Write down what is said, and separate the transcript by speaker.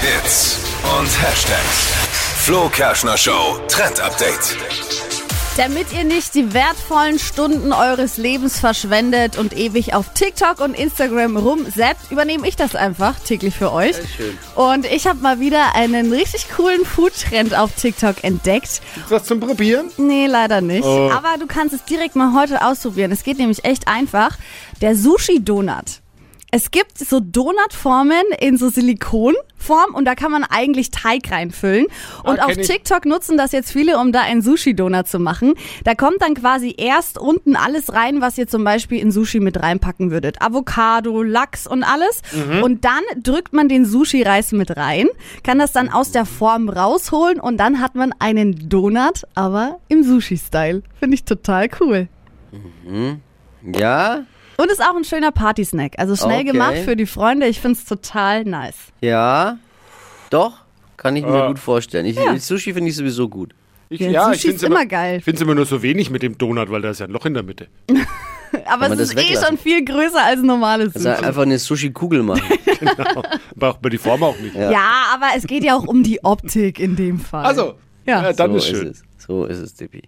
Speaker 1: Hits und Hashtags. Flo Kerschner Show Trend Update.
Speaker 2: Damit ihr nicht die wertvollen Stunden eures Lebens verschwendet und ewig auf TikTok und Instagram rumsappt, übernehme ich das einfach täglich für euch.
Speaker 3: schön.
Speaker 2: Und ich habe mal wieder einen richtig coolen Food-Trend auf TikTok entdeckt.
Speaker 3: Was zum Probieren?
Speaker 2: Nee, leider nicht.
Speaker 3: Oh.
Speaker 2: Aber du kannst es direkt mal heute ausprobieren. Es geht nämlich echt einfach. Der Sushi-Donut. Es gibt so Donutformen in so Silikonform und da kann man eigentlich Teig reinfüllen. Und
Speaker 3: Ah,
Speaker 2: auf
Speaker 3: kenn ich.
Speaker 2: TikTok nutzen das jetzt viele, um da einen Sushi-Donut zu machen. Da kommt dann quasi erst unten alles rein, was ihr zum Beispiel in Sushi mit reinpacken würdet. Avocado, Lachs und alles. Und dann drückt man den Sushi-Reis mit rein, kann das dann aus der Form rausholen und dann hat man einen Donut, aber im Sushi-Style. Finde ich total cool.
Speaker 4: Ja,
Speaker 2: Und ist auch ein schöner Partysnack. Also schnell
Speaker 4: Okay.
Speaker 2: gemacht für die Freunde. Ich finde es total nice.
Speaker 4: ja, doch, kann ich mir
Speaker 3: Ah.
Speaker 4: gut vorstellen. Ich,
Speaker 2: Ja.
Speaker 4: Sushi finde ich sowieso gut. Also
Speaker 3: Ich,
Speaker 2: Ja, Sushi
Speaker 3: find's
Speaker 2: ist immer geil.
Speaker 3: Ich finde es immer nur so wenig mit dem Donut, weil da ist ja ein Loch in der Mitte.
Speaker 2: Aber
Speaker 4: man
Speaker 2: es ist
Speaker 4: das
Speaker 2: eh
Speaker 4: weglassen?
Speaker 2: schon viel größer als normales
Speaker 4: Also
Speaker 2: Sushi.
Speaker 4: einfach eine Sushi-Kugel machen.
Speaker 3: Braucht man die Form auch nicht.
Speaker 4: Ja.
Speaker 2: Ja, aber es geht ja auch um die Optik in dem Fall.
Speaker 3: Also,
Speaker 2: Ja.
Speaker 3: ja. dann
Speaker 4: so
Speaker 3: ist schön.
Speaker 4: es. So ist es, Dippi.